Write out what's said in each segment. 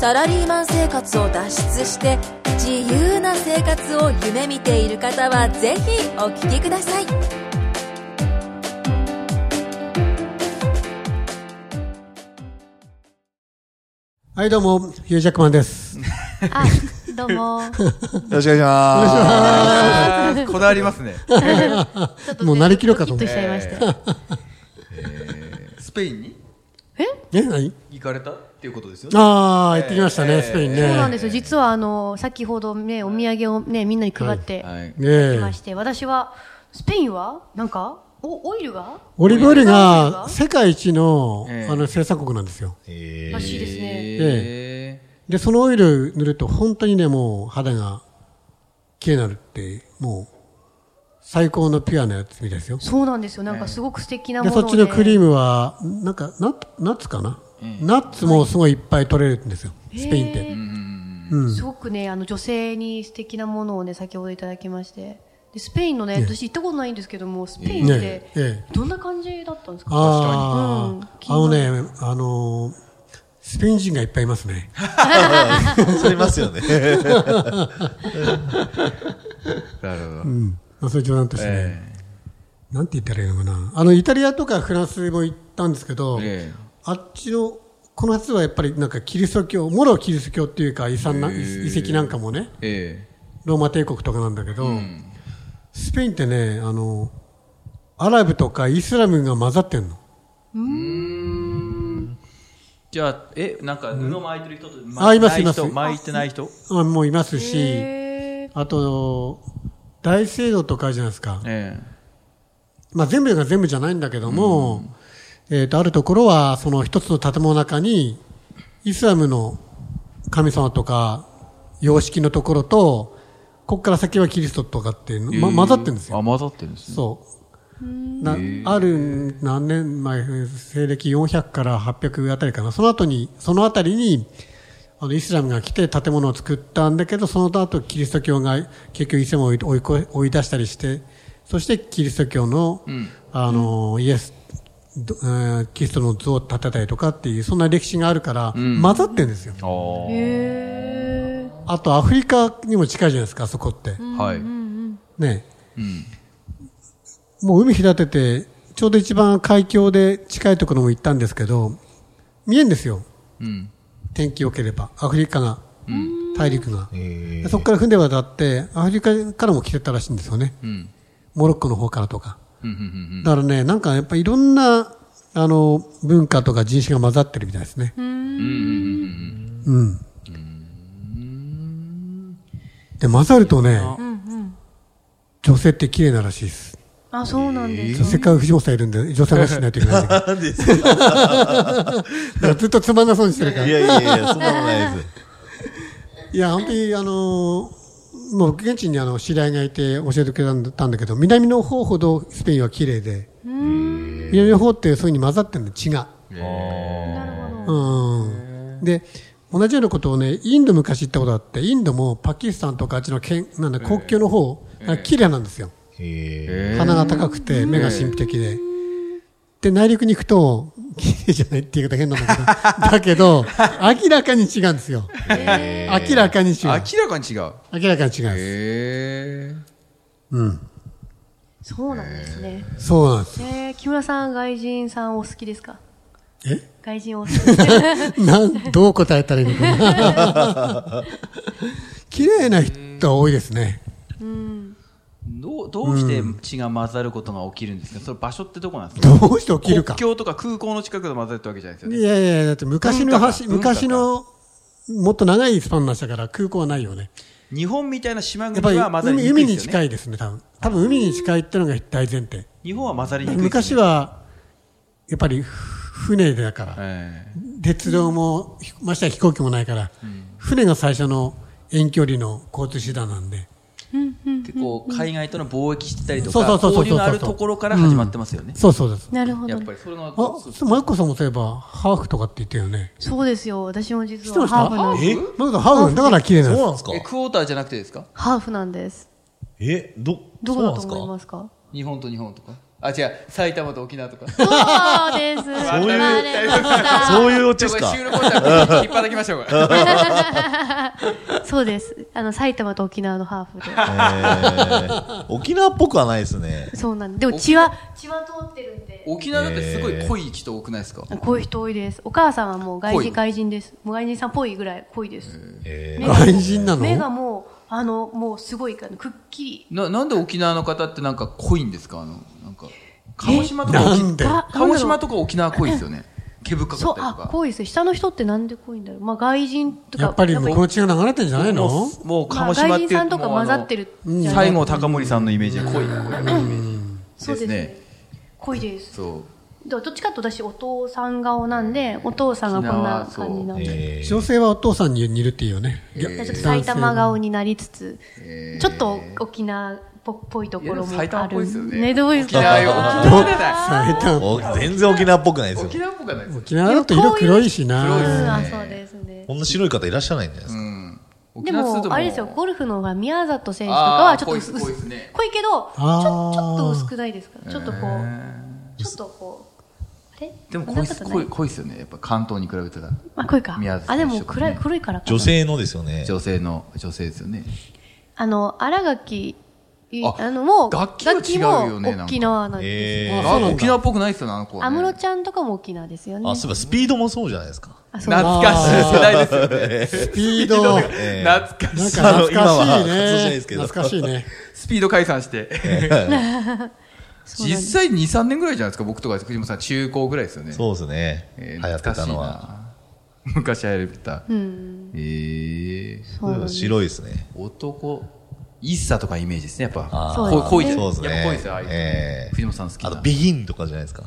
サラリーマン生活を脱出して自由な生活を夢見ている方はぜひお聞きくださいはい、どうも、ヒュージャックマンです。あ、どう も。よろしくお願いします。こだわりますね。ちょっとねもうなりきろうかと思ドっキてッとしちゃいました。スペインにね、何行かれたっていうことですよね。ああ、行ってきましたね、スペインね。そうなんですよ。実はあの、先ほどね、お土産をね、みんなに配ってはい。きねまえして、私は、スペインはなんか、お、オイルがオリーブオイルがオリーブオイルが世界一の、ええあの、生産国なんですよ。らしいですね。えで、そのオイル塗ると本当にね、もう肌が綺麗になるって、もう、最高のピュアなやつみたいですよ。そうなんですよ。なんかすごく素敵なで、ものをそねっちのクリームは、なんか、ナッツナッツかな、ナッツもすごいいっぱい取れるんですよ。スペインって。へーすごくね、あの、女性に素敵なものをね、先ほどいただきまして。で、スペインのね、私行ったことないんですけども、スペインっねえて、ええ。どんな感じだったんですかあうんあ、あのね、あのースペイン人がいっぱいいますね。ー。それますよね。なるほど。うん。まあ、それ冗談としてね、えなんて言ったらいいのかな。あの、イタリアとかフランスも行ったんですけど、ええあっちの、この夏はやっぱりなんかキリスト教、もろキリスト教っていうか遺産な、へえ遺遺跡なんかもね、ええローマ帝国とかなんだけど、えスペインってね、あの、アラブとかイスラムが混ざってんの。じゃあ、え、なんか布巻いてる人と、あいますいます巻てない人巻いてない人あもういますし、へーあと、大聖堂とかあるじゃないですか。えまあ、全部が全部じゃないんだけども、えー、とあるところはその一つの建物の中にイスラムの神様とか様式のところとここから先はキリストとかっていうえの、ま、混ざってるんですよ。あ、混ざってるんですね。そうなある何年前西暦400から800あたりかなその後にそのあたりにあのイスラムが来て建物を作ったんだけどその後キリスト教が結局イスラムを追い追い越追い出したりしてそしてキリスト教の,、あのイエスどえーキリストの像を建てたりとかっていうそんな歴史があるから混ざってるんですよ、ああ、へーあとアフリカにも近いじゃないですかそこって、はい。ね、もう海隔てて、ちょうど一番海峡で近いところも行ったんですけど、見えんですよ。うん。天気良ければ。アフリカが。大陸が。でそこから船渡って、アフリカからも来てたらしいんですよね。うん。モロッコの方からとか。うん。うん。だからね、なんかやっぱいろんな、あの、文化とか人種が混ざってるみたいですね。うん。で、混ざるとね、女性って綺麗ならしいです。あ、そうなんですせっかく藤本さんいるんで、女性の話しないといけないんだけど。だからずっとつまんなそうにしてるから。いいやいやいや、そんなことないです。や、本当に、あのーもう現地にあの知り合いがいて教えてくれたんだけど、南の方ほどスペインは綺麗で、南の方ってそういうふうに混ざってるの、血が。うん。で、同じようなことをね、インド昔行ったことあって、インドもパキスタンとかあっちの県、なんだ、国境の方、なんか綺麗なんですよ。え鼻が高くて目が神秘的で。で、内陸に行くと、綺麗じゃないっていう言い方変なんだけど、 だけど、明らかに違うんですよ。明らかに違明う。らかに違う。明らかに違うんです。へえ。うん。そうなんですね。そうなんです。えー、木村さん、外人さんお好きですかえ外人お好きで すかなん、どう答えたらいいのかな。 綺麗な人は多いですね。どう、どうして血が混ざることが起きるんですかそれ場所ってどこなんですかどうして起きるか国。境とか空港の近くで混ざるってわけじゃないですよいね。やいやだって昔の文化か橋、文化か昔の、もっと長いスパンなしたから空港はないよね。日本みたいな島やっぱ国は混ざりりに海く海いでにすよ近ね。いですね、多分。多分海に近いってのが大前提。日本は混ざりにくい。昔は。は、やっぱりふ船だから、ええ。鉄道も、ひましては飛行機もないから、船が最初の遠距離の交通手段なんで、でこう海外との貿易してたりとそうそかうそうそう交流のあるところから始まってますよね。そうそうです。なるほやどっ。ぱりそれがあ、そうマイコさんもそういえば、ハーフとかって言ったよね。そうですよ。私も実知ってまはしたハーフなんです。えマイコさん、ハーフだから綺麗なそうなんんでですかえクォーターじゃなくてですか？ハーフなんです。え、ど、どこだと思いますすか日本と日本とか。あ違う埼玉と沖縄と か。そうです。そういううかそういうオチちょでっとすか収録した引っ張らきましょう か。そうです。あの、埼玉と沖縄のハーフで。えー沖縄っぽくはないですね。そうなんです。でも血は、血は通ってるんで。沖縄だってすごい濃い人多くないですか？こういう人多いです。お母さんはもう外濃い人、外人です。もう外人さんっぽいぐらい濃いです。え目が外人なの目がもう、あの、もうすごいから、くっきり。ななんで沖縄の方ってなんか濃いんですかあのなんか鹿児島とかな沖んであ鹿児島なんだろとか沖縄濃いですよね。毛深かうったそうり、とあ、か。濃いですね。下の人ってなんで濃いんだろう。まあ外人とか。やっぱり向こうの血が流れてんじゃないのもうま鹿あ児島って外人言さうんとともかう混ざあのってる。西郷隆盛さんのイメージで濃い濃いのイメージ。そうですね。濃いです。そう。どどっちかというと私、お父さん顔なんで、お父さんがこんな感じなんで。えー女性はお父さんに似るっていうよね。ちょっと埼玉顔になりつつ、ちょっと沖縄っぽいところもあ埼る。玉っぽいですよね。どうです沖縄よ。沖か縄じゃな埼い。玉。お全然沖縄っぽくないです沖よ。縄っぽくはないですよ。沖縄だと色黒いしうん、な。あ、そうですね。こんな白い方いらっしゃらないんじゃないですうか。ん。沖で縄するもと、あれですよ、ゴルフの方が宮里選手とかはちょっと薄あー濃いっす濃いっすね濃いけど、ちあょーちょっと薄くないですかちょっとこう、う。ちょっとこう、あれでもそ濃んいなことない濃い濃いですよね。やっぱ関東に比べたらあ、濃いか宮里。選あ、手でとかねも暗い、黒いからかな。女性のですよね。女性の女性ですよね。あの、新垣、いああの、もう、楽器は違うよね楽器も沖縄なんですよ。えあー沖縄っぽくないですよねあの子は安ね。室ちゃんとかも沖縄ですよね。あ、そういえばスピードもそうじゃないですか。あそうです懐かしい世代ですよね。スピード。なんかえー懐かしい。懐今はかしい活動してないでね。すけど懐かしいね。スピード解散して。そうなん実です際2、3年ぐらいじゃないですか、僕とか藤本さん、中高ぐらいですよね。そうですね。え流ー行ってたのは。。懐かしいな昔流行ってた。うん。えー、そうなんです白いですね。男、イッサとかイメージですね、やっぱ。あーそうこう濃いですねですそうですやっぱ濃いですよ、ああいうね。人えー藤本さん好きあと、な。ビギンとかじゃないですか。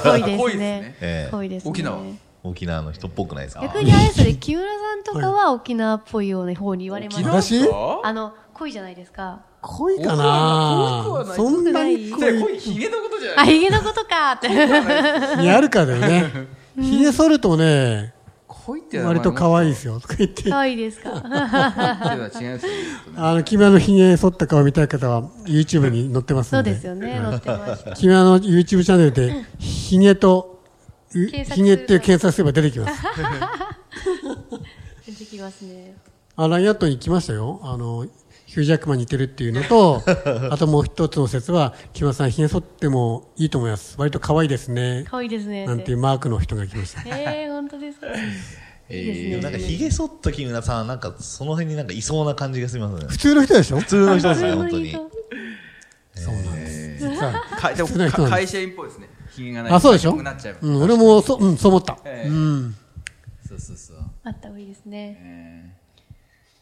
あ、濃いで濃いですすねね。えー濃いですね。沖縄沖縄の人っぽくないですか。逆にあれですね、木村さんとかは沖縄っぽいような方に言われます。私あの、濃いじゃないですか。濃いかなそんなに濃い。濃いヒゲのことじゃなあ、い。ヒゲのことかって。やるかだよね。ひげ剃るとね、濃いって割と可愛いい。ですよ。とか言って可。愛いです か。濃いってのは違いますよね。あの、木村のひげ剃った顔見たい方は YouTube に載ってますそんうで。ですよね、載ってました。木村の YouTube チャンネルで、ひげと、う検索ひげって検索すれば出てきます。出てきますね。あ、ラインアットに来ましたよ。あの、ヒュージャックマンに似てるっていうのと、あともう一つの説は、木村さん、ひげ剃ってもいいと思います。割と可愛いですね。可愛いですね。なんていうマークの人が来ました。えー、本当 ですか。いいですね。なんか、髭剃った木村さん、なんか、その辺になんかいそうな感じがしますね。普通の人でしょ普通の人ですね、普本通当のに人。そうなんです。実はかでも普通の人なんかだ会社員っぽいですね。ヒゲがないと。あ、そうでしょ濃くなっちゃいます。うん、俺もそ、うん、そう思った。ええうん。そうそうそう。あった方がいいですね。え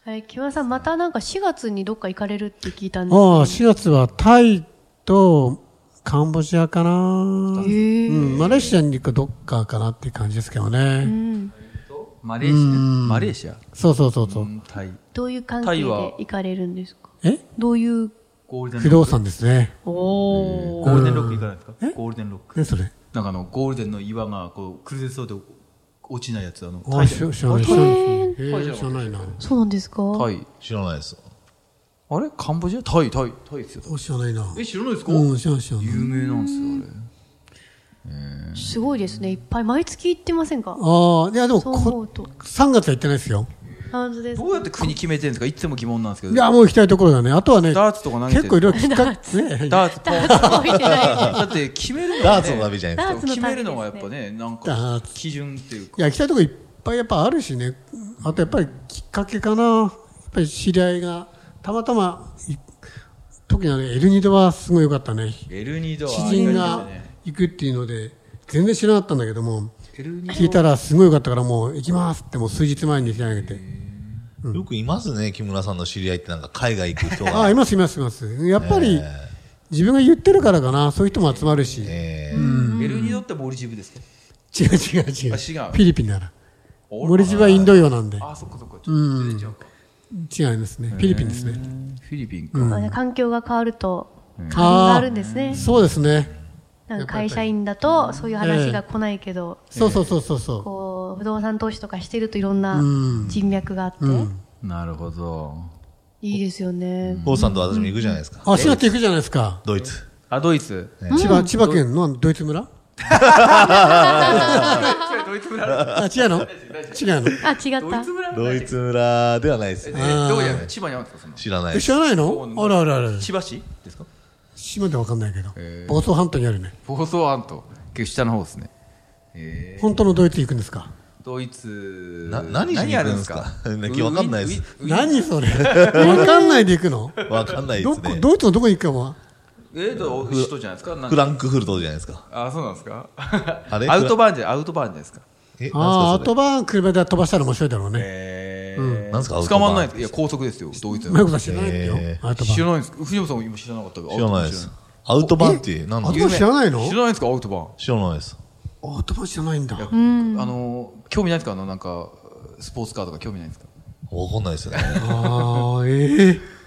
あれ、木村さん、またなんか4月にどっか行かれるって聞いたあんであ、す4月はタイとカンボジアかな。うん、マレーシアに行くかどっかかなっていう感じですけどうね。ん。ーマレーシア。んマレーシア。そうそうそうそうう。んタイ。どういう関係で行かれるんですかえどういう。ゴールデン不動産ですね。おゴーールデンロック行かないですかえゴールデンロック。ね、それ。なんかあの、ゴールデンの岩が、こう、崩れそうで落ちないやつ、あの、あ、しょ知らない、知らない。えー、知らないな。そうなんですかタイ。知らないです。あれカンボジアタイ、タイ、タイですよ。お知らないな。え、知らないですかう有ん、知らない、知らない。名なんですよ、すごいですね。いっぱい毎月行ってませんかああ、いや、でもそう思こう、と。 3月は行ってないですよ。本当であれ。すどうやって国決めてるんですかいつも疑問なんですけど。いや、もう行きたいところだね。あとはね、ダーツとか投げてる結構いろいろきっかけ、 ね、ダーツ、ポン。か。見てない。だって、決めるのがねダーツの旅じゃないダでーツの決旅めるのがやっぱね、なんダーかツ、基準っていうか。いや、行きたいとこいっぱいやっぱあるしね。あとやっぱりきっかけかな。やっぱり知り合いが、たまたまい、特にあの、エルニドはすごい良かったね。エルニードは知人がね行くっていうので、全然知らなかったんだけども、エルニー聞いたらすごい良かったからもう行きますってもう数日前に引き上げて。すか。よくいますね、木村さんの知り合いってなんか海外行く人ああ、が。いますいますいます。やっぱりえー、自分が言ってるからかな。そういう人も集まるし。違えーエルニードってモルジブですかう違う違う。あ違うフィリピンなら。森島はインド洋なんで。あ、そっかそっか。ちょっと全然違うか。違いますね。フィリピンですね。フィリピンうか。んまあね環境が変わると変わりがああるんですねーそうですね。なんか会社員だとそういう話が来ないけど、そうそうそうそうそこう不動産投資とかしてるといろんなうん人脈があって、う。うん。なるほど。いいですよね、王さんと私も行くじゃないですか。あ、足が行くじゃないですか。ドイツ。あ、ドイツ。千葉、千葉県のドイツ村ドイツ村あ、違うの違うのあ違っドイたツ村ドイツ村ではないですね。えどうやる千葉にあるんですかその知らないえで知す。らないのあらあらあら。千葉市ですか島でわかんないけどへ。ー房総半島にあるね。房総半島。結構下の方ですね。えー本当のドイツ行くんですかドイツ。な何しに行くんですか何やるんいやわかんないですウィンウィンウィン何それわかんないで行くのわかんないでどすこ、ね。ドイツのどこ行くかも。えーと、首都じゃないですかなんフランクフルトじゃないですか。あ、そうなんですか れアウトバーンじゃ、アウトバーンじゃないですかえ、ああ、なアウんすかトバーン車で飛ばしたら面白いだろうね。えー。なんすかアウトバーン捕まんないんですいや、高速ですよ、ドイツうまいこの。と知らないんだよへ。アウトバ知ーン。らないんですか藤本さんも今知らなかったけどそれ。知らないです。アウトバーンって何なアウのトバーン知らないの知らないですかアウトバーン。知らないです。アウトバーン知らないんだ。いやあの興味ないですかあのなんかスポーツカーとか興味ないですかわかんないですね。ああ、ええ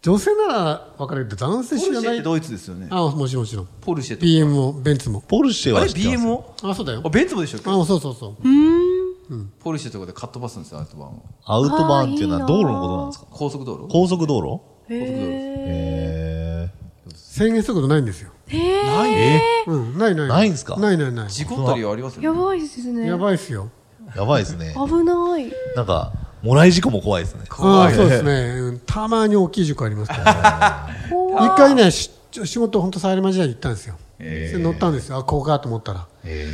女性なら分かるけど、男性ポ知ルらシェなってい。ドイツですよねあもちろんもちろん。ポルシェって BM もベンツも。ポルシェあれは知ってます BM よ。をあ、そうだよあ。ベンツもでしょあ、そうそうそう。ポルシェとかでかっ飛ばすんですよアウトバーンをアウトバーンっていうのあはーい道いな路ーのことなんですか高速道路高速道路へ制限速度ないんですよ。ないえうん、ないない。ないんすかないないない。事故ったりはありますよやねばいですねやばいっすよ。やばいですね。危ないなんか、もらい事故も怖いですね。ああ、そうですね。うんたまに大きい事故あります からね。一回ね、し仕事、本当、サラリーマン時代に行ったんですよ。で乗ったんですよ。あ、こうかと思ったら。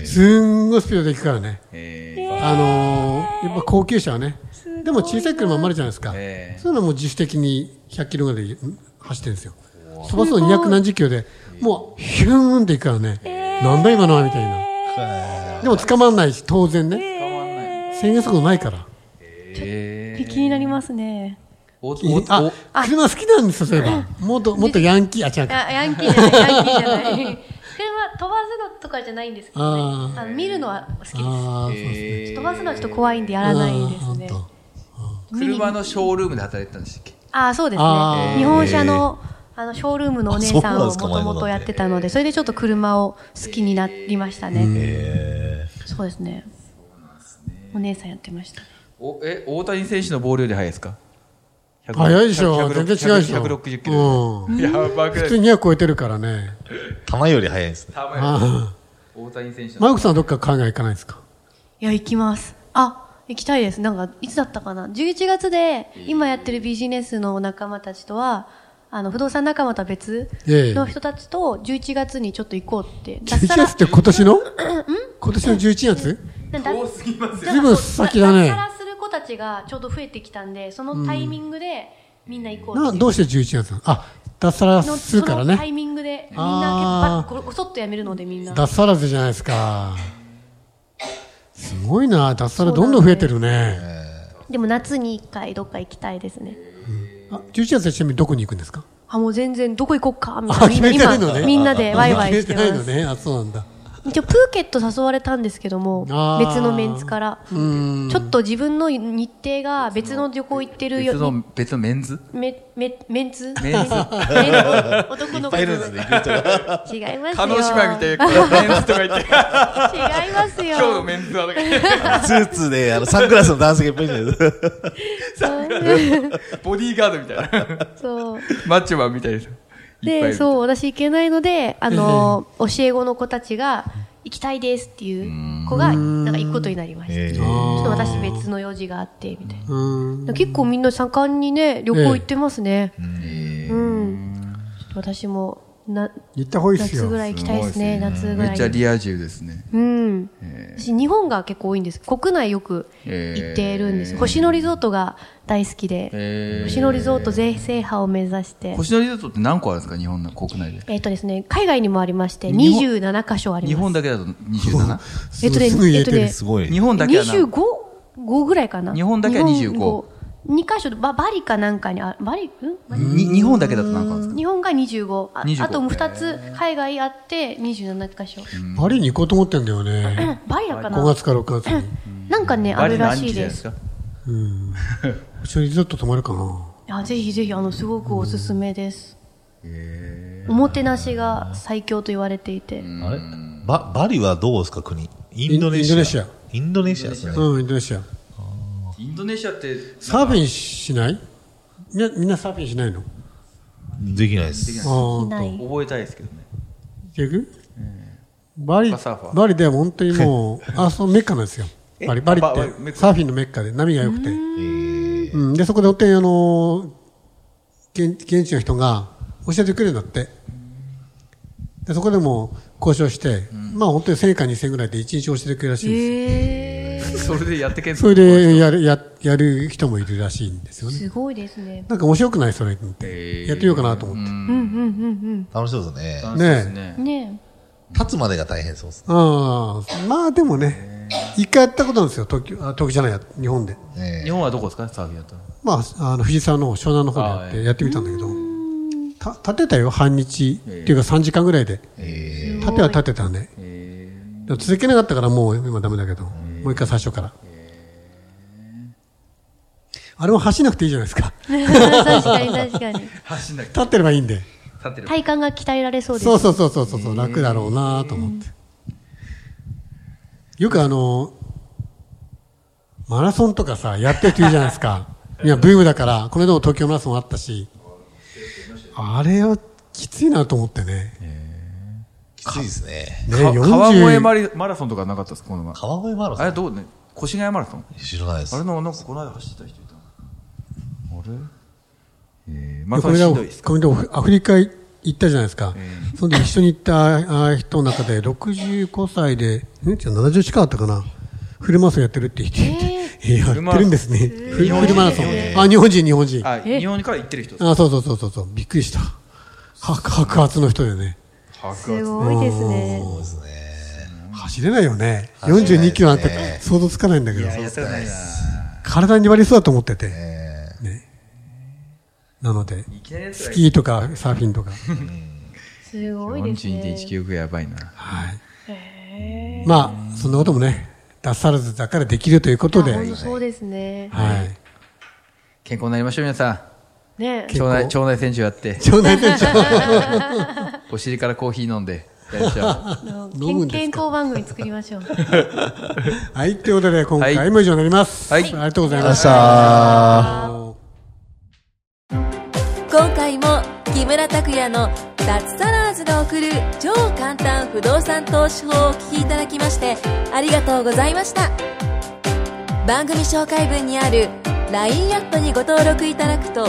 すんごいスピードで行くからね。えあのー、やっぱ高級車はね。でも小さい車もあるじゃないですか。ええそういうのはもう自主的に100キロぐらいでん走ってるんですよ。飛ばすの200何十キロで、もうヒューンっていくからね。なんだ今のはみたいな。でも捕まんないし、当然ね。ー、まんない制限速度ないから。え気になりますねー、おおあ、車好きなんですよ、そういえば。もっと、もっとヤンキー、あ、違うか。あヤンキーじゃないヤンキーじゃない 車飛ばすのとかじゃないんですけどねああの見るのは好きですああ、そうですね。え飛ばすのはちょっと怖いんでやらないであーほすんねとー、車のショールームで働いてたんでしたっけああそうですあねー日本車のあのショールームのお姉さあそうんなんをでもすかともとやってたのでそれでちょっと車を好きになりましたねえそうですねお姉さんやってましたおえ大谷選手のボールより速いですか100早いでしょ。 100全然違うでしょ。 160キロ、うんやばくな普い通には超えてるからね。ー、玉より早いですね。たまにあ大谷選手あのマイクさんはどっか海外行かないですかいや行きますあ行きたいですなんかいつだったかな11月で今やってるビジネスの仲間たちとはあの不動産仲間とは別ええの人たちと11月にちょっと行こうって脱サ11ラ月って今年の今年の11月なんか多すぎます随分先だね脱サラする子たちがちょうど増えてきたんで、そのタイミングでみんな行こうなっていうどうして11月なのあ、脱サラのするからそのタイね。ミングでみんあーな結構こそっとやめるのでみんな。脱サラズじゃないですか。すごいな、脱サラどんどん増えてるね。でも夏に一回どっか行きたいですね。あ11月はちなみにどこに行くんですかあ、もう全然どこ行こうかみあ、決ためていな。ないのね。みんなでワイワイし決てめまないのす。ね。あ、そうなんだ。一応プーケット誘われたんですけども、あー別のメンツから。ちうん。ょっと自分の日程が別の旅行行ってる別よ。の別のメンズめ、め、メンツ メンズメンツ男の子。違いますよ。違いますよ。メンズとか言って違いますよ。メンズはだかスーツで、あの、サングラスの男性がいっぱいいるじゃないですか。ボディーガードみたいな そう。マッチョマンみたいですで、うそう、私行けないので、あの、教え子の子たちが、行きたいですっていう子が、なんか行くことになりました。えちーょっと私別の用事があって、みたいな。うん。結構みんな盛んにね、旅行行ってますね。うん。ちょっと私も、な、行った方がいいっす夏よぐ。らい行きたいですね、夏ぐめらっちゃい。リア充ですねうん。私、日本が結構多いんです。国内よく行ってるんです。星野リゾートが大好きで、星野リゾート全制覇を目指して。星野リゾートって何個あるんですか日本の国内でえっ、とですね、海外にもありまして、日本27箇所あります。日本だけだと 27? えっとね、すぐ言えてるえっすとね、ごい。日本だけはな25五ぐらいかな。日本だけは25。 2箇所でバ、バリかなんかにあ、バリ、んバリに日本だけだと何個あるんですか日本が25。あ25あと2つ、海外あって27箇所。パリに行こうと思ってんだよね。バリだか5な月か6月に。なんかね、あバリるら何し期いじゃないでですす。か星野リゾート泊まるかな。あぜひぜひあのすごくおすすめです、おもてなしが最強と言われていて、あれババリはどうですか、国。インドネシア。インドネシア。インドネシアですね。うん、インドネシア。インドネシアって、サーフィンしないみんな、みんなサーフィンしないのできないです。できないあいあ、ない覚えたいですけどね。結局バリバサーファ、ーバリでは本当に もう、あ、そのメッカなんですよ。えバリ、バリっあバリメて、ッカサーフィンのメッカで波が良くて。えーうん、で、そこで本当にあのー、現現地の人が教えてくれるんだって。で、そこでも交渉して、まあ本当に1000か2000ぐらいで1日教えてくれるらしいですよ。え ー、それでやってけんそれでやる、や、やる人もいるらしいんですよね。すごいですねなんか面白くないそれって。やってみようかなと思って。うんうんうん楽しそうですね。そうですねう。んね立つまでが大変そうですああ、まあでもね、一回やったことなんですよ、東京、あ東京じゃないや、日本で。ね。え日本はどこですかサーフィンやったら。まあ、あの、藤沢の方、湘南の方でやっああえて、やってみたんだけど、た、立てたよ、半日、ええっていうか3時間ぐらいで。ええ立ては立てたね。えーでも続けなかったからもう今ダメだけど、もう一回最初から。あれも走らなくていいじゃないですか。確かに確か に走んだけど立ってればいいんで。立ってる。体幹が鍛えられそうですそうそうそうそうそう、楽だろうなと思って。よくあの、マラソンとかさ、やってる人いるじゃないです か。いや、ブームだから、この間も東京マラソンあったし、あれはきついなと思ってね。きついですね。ね、か40川越マリマラソンとかなかったですかこの前。川越マラソあれンどうね越谷マラソン知らないです。ああれれのなんかこの間走ってた人いたのあれえー、マでラこソの間ンしんもどいですかこの間もアフリカ行ったじゃないですか、そんで一緒に行ったあ人の中で65歳で、んじゃあ70近かったかな、フルマラソンやってるって言って、 えーやってるんですね、フルフルマラソン、あ日本人、日本人、あ、日本から行ってる人です。あそうそうそうそうそう、びっくりした、は白髪の人でね、すごいですねそうですね。走れないよね、れないですね42キロなんて想像つかないんだけど、やったことないな。体に割りそうだと思ってて、えなので、いきなりやつスがキーとかサーフィンとか。すごいですね42.195やばいな。はい。まあ、そんなこともね、脱サラズだからできるということで、あは本い当。そうですね 健康になりましょう、皆さん。ね腸内、腸内選手やって、腸内店長、お尻からコーヒー飲んで、やりましょう。あの飲むん健ですか健康番組作りましょうはい、ということで、今は回いも以上になります。はいありがとうございえ。ました。今回も木村拓哉の脱サラーズが送る超簡単不動産投資法をお聞きいただきましてありがとうございました番組紹介文にある LINE アットにご登録いただくと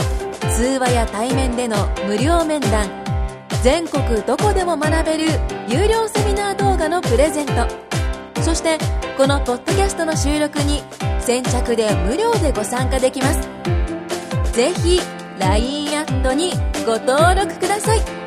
通話や対面での無料面談全国どこでも学べる有料セミナー動画のプレゼントそしてこのポッドキャストの収録に先着で無料でご参加できますぜひ LINE アットにご登録ください